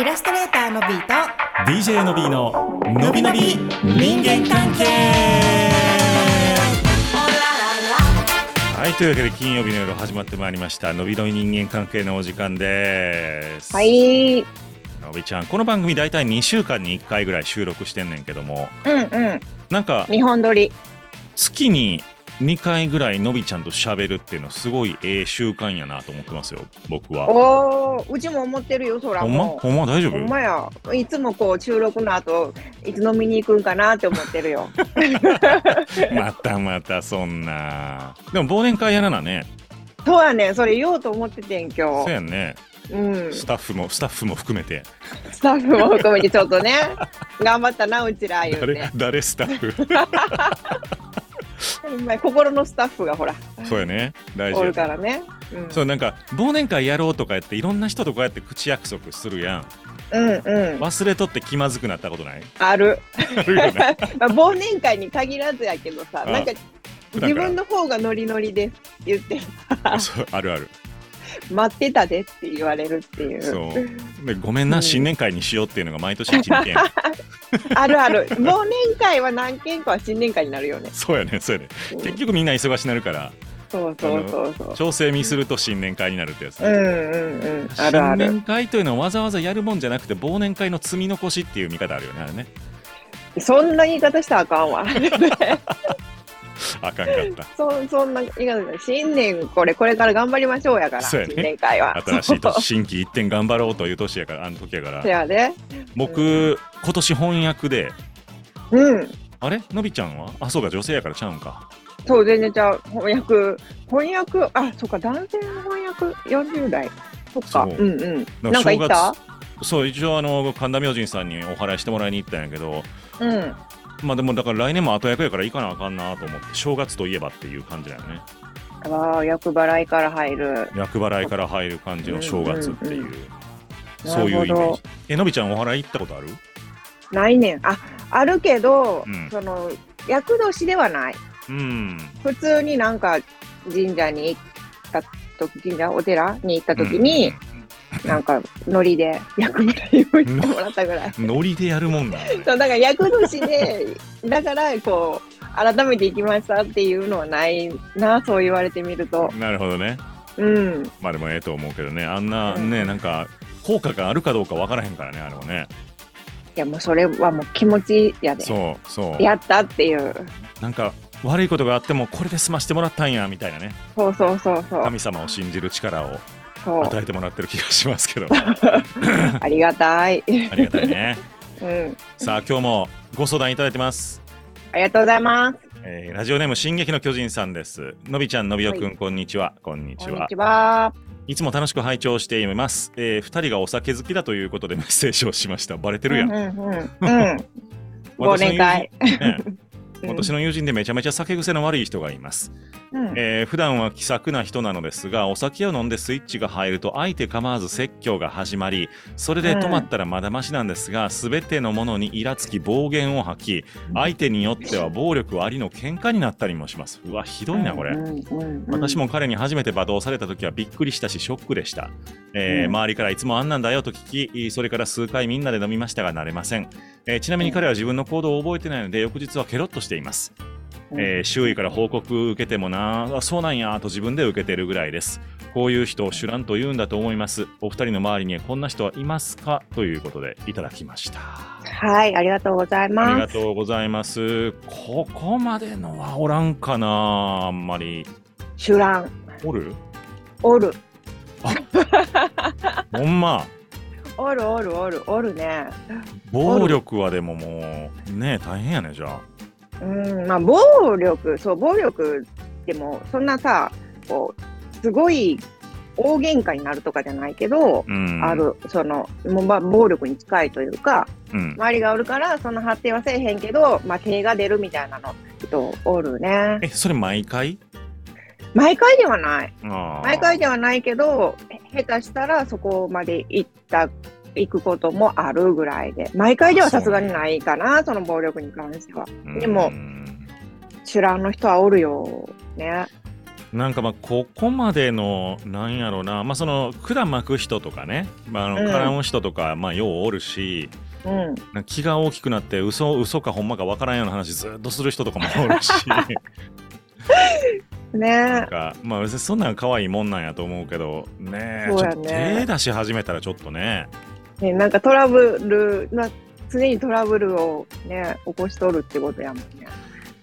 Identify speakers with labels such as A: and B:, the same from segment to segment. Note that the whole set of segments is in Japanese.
A: イラストレーターのビーと
B: DJ の B ののびのび人間関係はいというわけで金曜日の夜始まってまいりましたのびのび人間関係のお時間です
C: はい。うん
B: のびちゃんこの番組大体2週間に1回ぐらい収録してんねんけども
C: うん。
B: なんか
C: 日本撮り。
B: 月に2回ぐらいのびちゃんと喋るっていうのすごいええ習慣やなと思ってますよ僕は
C: おお、うちも思ってるよ、そら
B: ほんま
C: も
B: ほんま大丈
C: う。ほ
B: 夫
C: んまや。いつもこう収録の後、いつ飲みに行くんかなって思ってるよ。
B: またまたそんなでも忘年会やらなね
C: そうやねん、それ言おうと思っててん、今
B: そう
C: 日。
B: やんね
C: うん。
B: ス
C: ス
B: タッフもスタッフも含めて
C: タッフも含めてちょっとね、 頑張ったな、うちら言う
B: 誰
C: て。
B: 誰スタッフ
C: ほんまや心のスタッフがほら、
B: そうやね大
C: お
B: 事
C: る
B: や
C: からね。うん
B: そうなんか忘年会やろうとかやっていろんな人とこうやって口約束するやん
C: うんうん。
B: 忘れとって気まずくなったこ とない
C: ある。
B: あるよね
C: まあ、忘年会に限らずやけどさ、
B: あ
C: なんか
B: 普段
C: 自
B: から
C: 分の方がノリノリですって言って、
B: そうあるある
C: 待ってたでって言われるっていう。
B: そうでごめん
C: う
B: なん新年会にしようっていうのが毎年一2件
C: あるある。忘年会は何件かは新年会になるよね。
B: そうやねそうやね
C: うん
B: 結局みんな忙しなるから
C: そうそうそうそう。
B: 調整ミスると新年会になるってやつ、
C: うんうんうん。あるあ
B: 新
C: る。
B: 年会というのはわざわざやるもんじゃなくて忘年会の積み残しっていう見方あるよねあれね
C: そんな言い方したらあかんわ。
B: あかんかっ
C: そそんな言い方新年これこれから頑張りましょうやから、
B: そうやね
C: 新年会は
B: た。新し
C: そ
B: い
C: う
B: 年新規一点頑張ろうという年やからあの時やから
C: せやで。
B: 僕今年翻訳で
C: うん。
B: あれのびちゃんはあそうか女性やからちゃうんか
C: そう、全然ちゃう。翻訳。翻訳、あ、そっか、男性の翻訳、40代。そっか。
B: そう
C: うんうん。
B: なんか
C: なんか言った
B: そう一応あの神田明神さんにお祓いしてもらいに行ったんやけど
C: うん。
B: まあでもだから来年も後役やから行かなあかんなと思って正月といえばっていう感じだよね
C: わあ、役払いから入る。
B: 厄払いから入る感じの正月っていう、
C: うんうん
B: そうい
C: な
B: うイメ
C: る
B: ー
C: ほ
B: ジえのびちゃんお祓い行ったことある
C: ないねん。あ、あるけど、
B: うん
C: その、厄年ではない。
B: うん
C: 普通になんか神社に行った時神社お寺に行った時に、なんかノリで役払いをしてもらったぐら い。
B: うんノリでやるもんだね
C: そうだから役年でだからこう改めて行きましたっていうのはないなそう言われてみると
B: なるほどね
C: うん
B: まあでもええと思うけどねあんな
C: うん
B: ねなんか効果があるかどうかわからへんからねあれもね
C: いやもうそれはもう気持ちやで
B: そうそう
C: やったっていう
B: なんか悪いことがあってもこれで済ましてもらったんやみたいなね
C: そうそうそうそう
B: 神様を信じる力を
C: そう
B: 与えてもらってる気がしますけど
C: ありがたい
B: ありがたいね
C: うん
B: さあ今日もご相談いただいてます、
C: ありがとうございます
B: えーラジオネーム「進撃の巨人」さんですのびちゃんのびおくん、こんにちはこんにち
C: こんに
B: は
C: ちはい
B: つも楽しく拝聴しています、え2人がお酒好きだということでメッセージをしましたバレて るやん、
C: うんうんうん、うん、忘
B: 私の
C: 年会
B: 友人ね
C: うん
B: 私の友人でめちゃめちゃ酒癖の悪い人がいます、
C: うん
B: えー普段は気さくな人なのですがお酒を飲んでスイッチが入ると相手構わず説教が始まりそれで止まったらまだましなんですが、全てのものにイラつき暴言を吐き相手によっては暴力ありの喧嘩になったりもしますうわひどいなこれ、
C: うんうんうん
B: 私も彼に初めて罵倒された時はびっくりしたしショックでした、え
C: う
B: ー
C: ん
B: 周りからいつもあんなんだよと聞きそれから数回みんなで飲みましたが慣れません、えーちなみに彼は自分の行動を覚えてないので翌日はケロッとしています、
C: うん
B: えー周囲から報告受けてもなあそうなんやと自分で受けてるぐらいですこういう人を主覧と言うんだと思いますお二人の周りにこんな人はいますかということでいただきました
C: はいありがとうござい
B: ありが
C: ます
B: とうございますここまでのはおらんかなあんまり
C: シュラン
B: おる
C: おる
B: ほんま
C: おるおるおるおるね
B: 暴力はでももうね大変やねじゃあ
C: うんまあ暴力そう暴力でもそんなさこうすごい大喧嘩になるとかじゃないけど、
B: うん
C: あるそのもうまあ暴力に近いというか
B: うん
C: 周りがおるからその発展はせえへんけど、まあ、手が出るみたいなの人おるね
B: えそれ毎回
C: 毎回ではない毎
B: 毎
C: 回ではないけどへ下手したらそこまで行った行くこともあるぐらいで毎回ではさすがにないかなその暴力に関してはでも手段の人はおるよね
B: なんかまあここまでのなんやろうな、まあ、その管巻く人とかね、まあ、あの
C: うん
B: 絡む人とか、まあようおるし
C: うん。
B: なんか気が大きくなって嘘嘘かほんまかわからんような話ずっとする人とかも おるしな
C: ね
B: んか、まあ、別にそんなん可愛いもんなんやと思うけどねえ
C: そうやね
B: ちょっと手出し始めたらちょっとね
C: え、ねなんかトラブル、まあ、常にトラブルをね、起こしとるってことやもんね。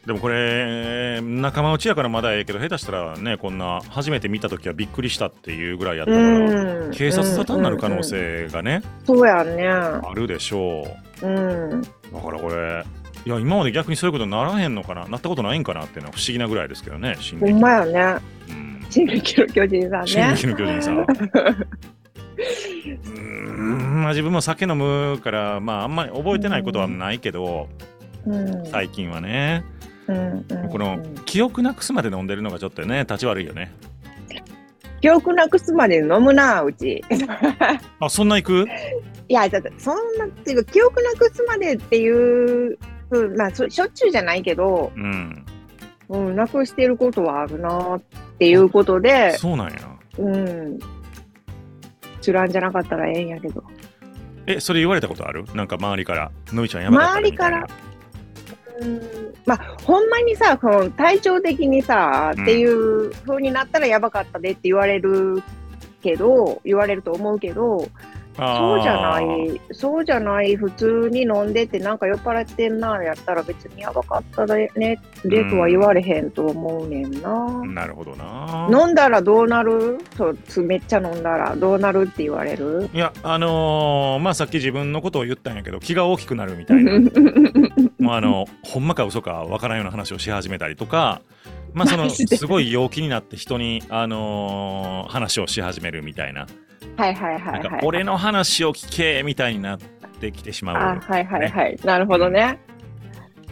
B: でもこれ仲間内やからまだええけど下手したらねこんな初めて見た時はびっくりしたっていうぐらいやったから
C: うん。
B: 警察沙汰になる可
C: う
B: 能
C: んうん
B: 性がね
C: うんそうや
B: あるでしょう。
C: ね。うん。
B: だからこれいや今まで逆にそういうことならへんのかななったことないんかなっていうのは不思議なぐらいですけどね進
C: ほ
B: 撃
C: んまやね。
B: うん
C: 進撃の巨人さん
B: 進
C: ね。
B: 撃の巨人さんう ーんまあ自分も酒飲むからまああんまり覚えてないことはないけど
C: うん。
B: 最近 はね
C: うんうんうん
B: この記憶なくすまで飲んでるのがちょっとね立ち悪いよね
C: 記憶なくすまで飲むなうち
B: あそんな行く
C: いやだってそんなっていうか記憶なくすまでっていう、うん、まあそしょっちゅうじゃないけど、
B: うん
C: うん、なくしてることはあるなっていうことで
B: そうなんや
C: うんチュランじゃなかったらええんやけど
B: えそれ言われたことあるなんか周りから「のびちゃんやばかったねみたいな
C: 周うんまあほんまにさこの体調的にさ
B: うん
C: っていう風になったらやばかったでって言われるけど言われると思うけど、
B: あー
C: そうじゃない、そうじゃない、普通に飲んでて、なんか酔っ払ってんな、やったら別にやばかったでね、でとは言われへんと思うねんな。
B: なるほどな
C: 飲んだらどうなるそうつめっちゃ飲んだらどうなるって 言われる
B: いやあのーまあさっき自分のことを言ったんやけど気が大きくなるみた
C: う
B: いな、
C: ん
B: もうあのほんまか嘘かわからんような話をし始めたりとか、まあ、その
C: マジです
B: ごい陽気になって人に、あのー話をし始めるみたいな,、
C: はいはいはい
B: なん
C: は
B: か
C: い。
B: 俺の話を聞けみたいになってきてしま
C: あ
B: う。
C: はいはいはい。なるほどね。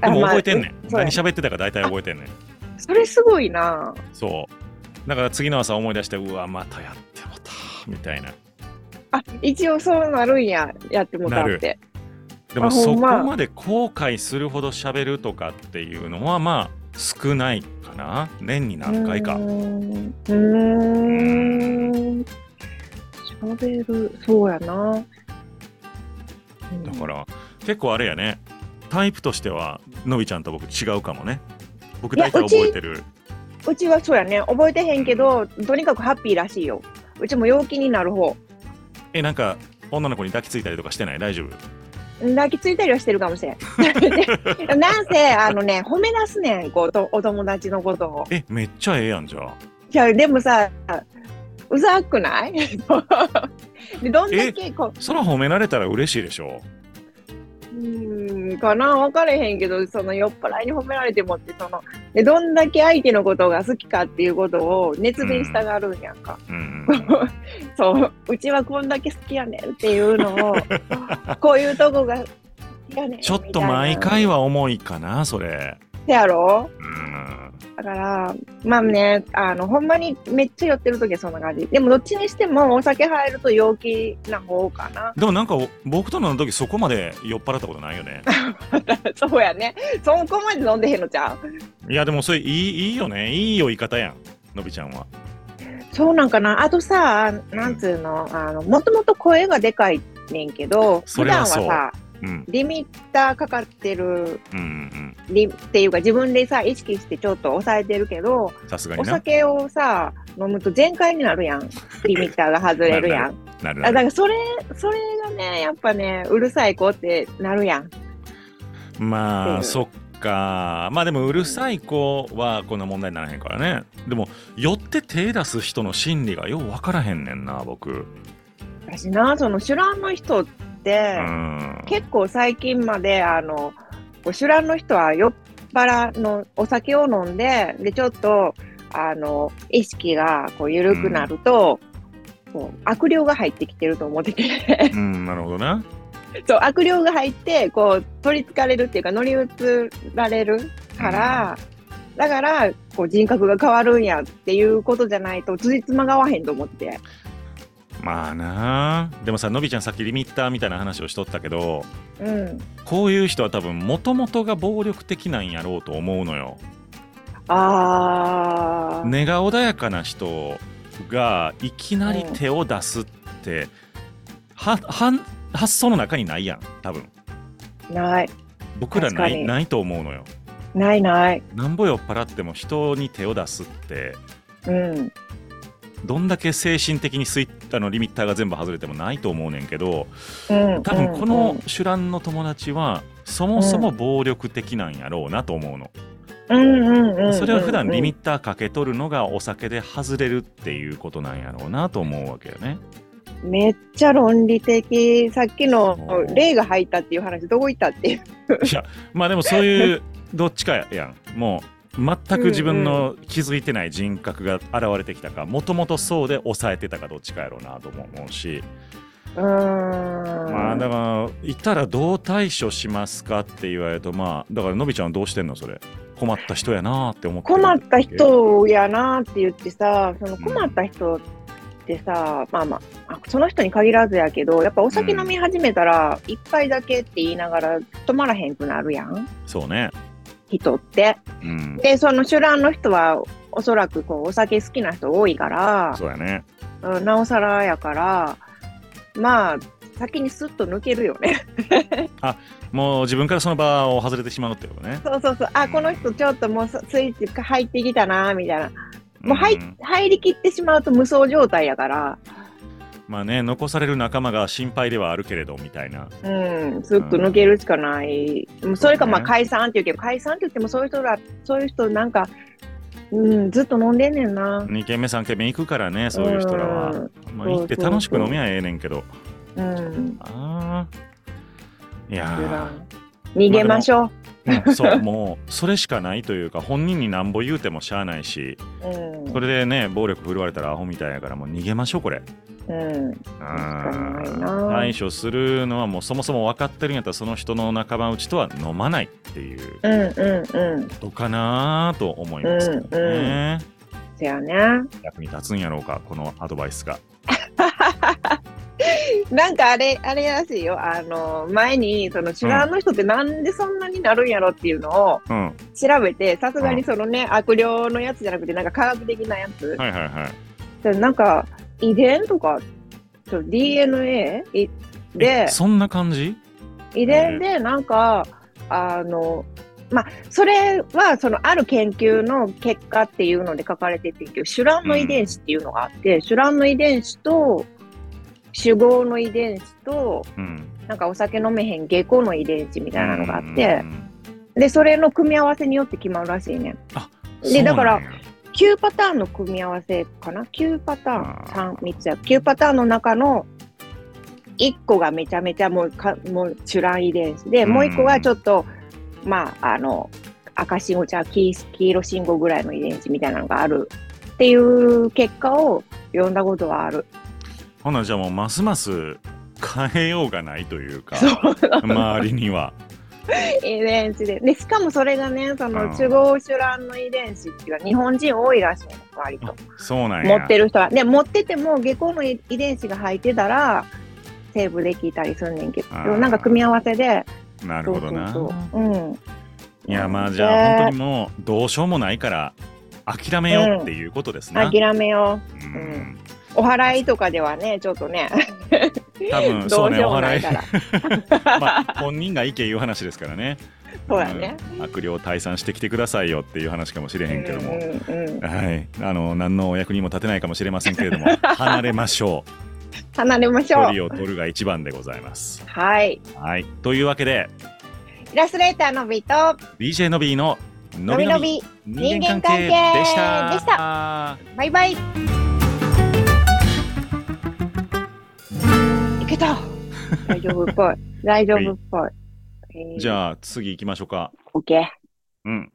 B: でも
C: あまあ
B: 覚えてんねん、
C: そうや
B: 何喋ってたか大体覚えてんねん
C: それすごいな。
B: そうだから次の朝思い出してうわまたやってもうたみたいな
C: あ一応そうなるんや、やってもらって。
B: でも
C: あほ
B: そ
C: ん
B: こ
C: ま
B: まで後悔するほど喋るとかっていうのはまあ少ないかな年に何回か
C: うーん。うーん。喋る、そうやな。
B: だから結構あれやねタイプとしてはのびちゃんと僕違うかもね僕
C: いや
B: 大体覚えてる
C: ら。うちはそうやね。覚えてへんけど、とにかくハッピーらしいよ。うちも陽気になる方。
B: えなんか女の子に抱きついたりとかしてない大丈夫
C: 抱きついたりはしてるかもしれん。 なんせ、あのね、褒め出すねん、こうと、お友達のことを。
B: えめっちゃええやんじゃあ
C: いや、でもさ、うざくない でどんだけこう、
B: そら褒められたら嬉しいでしょ
C: うーんかな分かれへんけどその酔っ払いに褒められてもってそのでどんだけ相手のことが好きかっていうことを熱弁したがるんやんか、
B: うんうんうん
C: そううちはこんだけ好きやねんっていうの をこういうとこが好きやねん
B: ちょっと毎回
C: は
B: は重いかなそれ
C: せやろ
B: うん
C: だからまあねあのほんまにめっちゃ酔ってる時はそんな感じでもどっちにしてもお酒入ると陽気な方かな
B: でもなんか僕との時そこまで酔っ払ったことないよね
C: そうやねそこまで飲んでへんのちゃう
B: いやでもそれいいいいよねいい酔い方やんのびちゃんは
C: そうなんかな。あとさ、なんつうの、あの、もともと声がでかいねんけど、
B: そ
C: 普
B: れ
C: 段
B: は
C: は
B: そう
C: さ、
B: うん
C: リミッターかかってる、
B: うん
C: リっていうか自分でさ、意識してちょっと抑えてるけど、
B: うんさすが
C: お
B: にな
C: 酒をさ、飲むと全開になるやん。リミッターが外れるやん。
B: なる
C: あだ
B: な
C: か
B: る
C: らそれ、それがね、やっぱね、うるさい子ってなるやん。
B: ま
C: う
B: あ
C: ん
B: そっかまあでもうるさい子はこんな問題にならへんからねでも寄って手出す人の心理がよう分からへんねんな僕
C: 私な、そのシュランの人って
B: う、ん
C: 結構最近まであのこうシュランの人は酔っ払のお酒を飲んででちょっとあの意識がこう緩くなると、こう悪霊が入ってきてると思ってて
B: うんなるほどな
C: そう悪霊が入ってこう取りつかれるっていうか乗り移られるから、だからこう人格が変わるんやっていうことじゃないと辻褄が合わへんと思って。
B: まあなでもさのびちゃんさっきリミッターみたいな話をしとったけど
C: うん、
B: こういう人は多分もともとが暴力的なんやろうと思うのよ
C: あああ、
B: 根が穏やかな人がいきなり手を出すって、ははん発想の中にないやん多分
C: ない、
B: 僕ら
C: 確
B: な
C: か
B: い
C: に
B: ないと思うのよ
C: ないない。
B: なんぼ酔っ払っても人に手を出すって
C: うん、
B: どんだけ精神的にスイッあのリミッターが全部外れてもないと思うねんけど
C: うん。
B: 多分この
C: うん
B: 酒乱の友達はそもそも暴力的なんやろうなと思うの、
C: うんうんうんうん、
B: それは普段リミ
C: ッ
B: ッターかけとるのがお酒で外れるっていうことなんやろうなと思うわけよね。
C: ト。めっちゃ論理的。さっきの
B: そう
C: 例が入ったっていう話、どこ行ったっていう。
B: いやまあでもそういうどっちかやんもう全く自分の気づいてない人格が現れてきたかもともとそうで抑えてたかどっちかやろうなとも思うし、
C: うーん。
B: まあだからいたらどう対処しますかって言われるとまあだからのびちゃんはどうしてんのそれ困った人やなって思ってる
C: 困った人やなって言ってさ、その困った人ってさ、まあまあ、あその人に限らずやけど、やっぱお酒飲み始めたら、一杯だけって言いながら止まらへんくなるやん、
B: そうね、
C: 人って。
B: うん、
C: で、その酒乱の人は、おそらくこうお酒好きな人多いから、
B: そうやね
C: うんなおさらやから、まあ、先にスッと抜けるよね。
B: もう自分からその場を外れてしまうってことね
C: そうそうそう、あ、この人ちょっともうスイッチ入ってきたな、みたいな。もう入っ
B: ん
C: 入りきってしまうと無双状態やから。
B: まあね残される仲間が心配ではあるけれどみたいな
C: うん、すっと抜けるしかない。もうそれかまあ
B: そうね
C: 解散っていうけど、解散って言ってもそういう人ら、そういう人なんか、うん、ずっと飲んでんねんな。
B: 2軒目3軒目行くからねそういう人らは、まあ、
C: そう
B: 行って楽しく飲みはええねんけど
C: うん。
B: あーいや
C: 逃げましょう。
B: ーうんそうもうそれしかないというか本人になんぼ言うてもしゃあないし
C: うん。
B: それでね暴力振るわれたらアホみたいやからもう逃げましょうこれ
C: うん。
B: うん
C: 確かにな
B: 対処するのはもうそもそも分かってるんやったらその人の仲間内とは飲まないっていう
C: うんうんうん。
B: ことかなと思いますけどね、
C: せやね。
B: 役に立つんやろうかこのアドバイスが
C: なんかあれ、あれらしいよ。あの、前に、その、シュラーの人ってなんでそんなになるんやろっていうのを
B: うんは
C: 調べて、さすがにそのね、悪霊のやつじゃなくて、なんか科学的なやつ
B: い。はいはい
C: でなんか遺伝とかそう DNA いで
B: えそんな感じ
C: 遺伝でなんかあのまあそれはそのある研究の結果っていうので書かれててけどシュランの遺伝子っていうのがあって、シュランの遺伝子と酒豪の遺伝子と
B: うん
C: なんかお酒飲めへん下戸の遺伝子みたいなのがあっ
B: う
C: て
B: ん
C: でそれの組み合わせによって決まるらしいねんで
B: そうなんや
C: だから9パターンの組み合わせかな9パターン
B: あー
C: 3三つや9パターンの中の1個がめちゃめちゃもうかもうチュラン遺伝子で、
B: うん
C: もう1個がちょっとまああの赤信号ちゃう黄黄色信号ぐらいの遺伝子みたいなのがあるっていう結果を読んだことはある。
B: ほなじゃあもうますます変えようがないというか
C: そう
B: 周りには
C: 遺伝子ででしかもそれがねそ
B: うん
C: のチュゴーシュランの遺伝子っていうのは日本人多いらしいの割と。
B: そうなん
C: 持
B: や
C: ってる人は。で、持ってても、下校の遺伝子が入ってたら、セーブできたりすんねんけ
B: あー
C: ど、なんか組み合わせで、
B: なるほどな
C: そうそうそう。うん。
B: いやまあじゃあ本当
C: に。
B: にもうどうしようもないから諦めようっていうことですね、
C: 諦めよう。
B: うん
C: んお祓いとかではね、ちょっとね、
B: 多分
C: ど
B: そう
C: うし
B: ね
C: よう
B: お
C: もな
B: 祓
C: い
B: い
C: から。
B: まあ、本人が意見言う話ですからね。
C: そうやね。
B: うん悪霊退散してきてくださいよっていう話かもしれへんけども。
C: うんうんうん
B: はい、あの何のお役にも立てないかもしれませんけれ ども離れましょう
C: 離れましょ
B: 距
C: う。
B: 離を取るが一番でございます。
C: はい。
B: はい、というわけで
C: イラストレーターのびと、
B: BJ のびーの「の
C: の
B: び
C: び
B: の
C: の
B: び
C: び、
B: 人間
C: 間
B: 関
C: 関
B: 係
C: 係
B: でした。
C: でしたバイバイ。いけ た。大丈夫っぽい。大丈夫っぽい。
B: じ
C: あ、
B: ゃあ次行きましょうか。
C: オッケー。
B: うん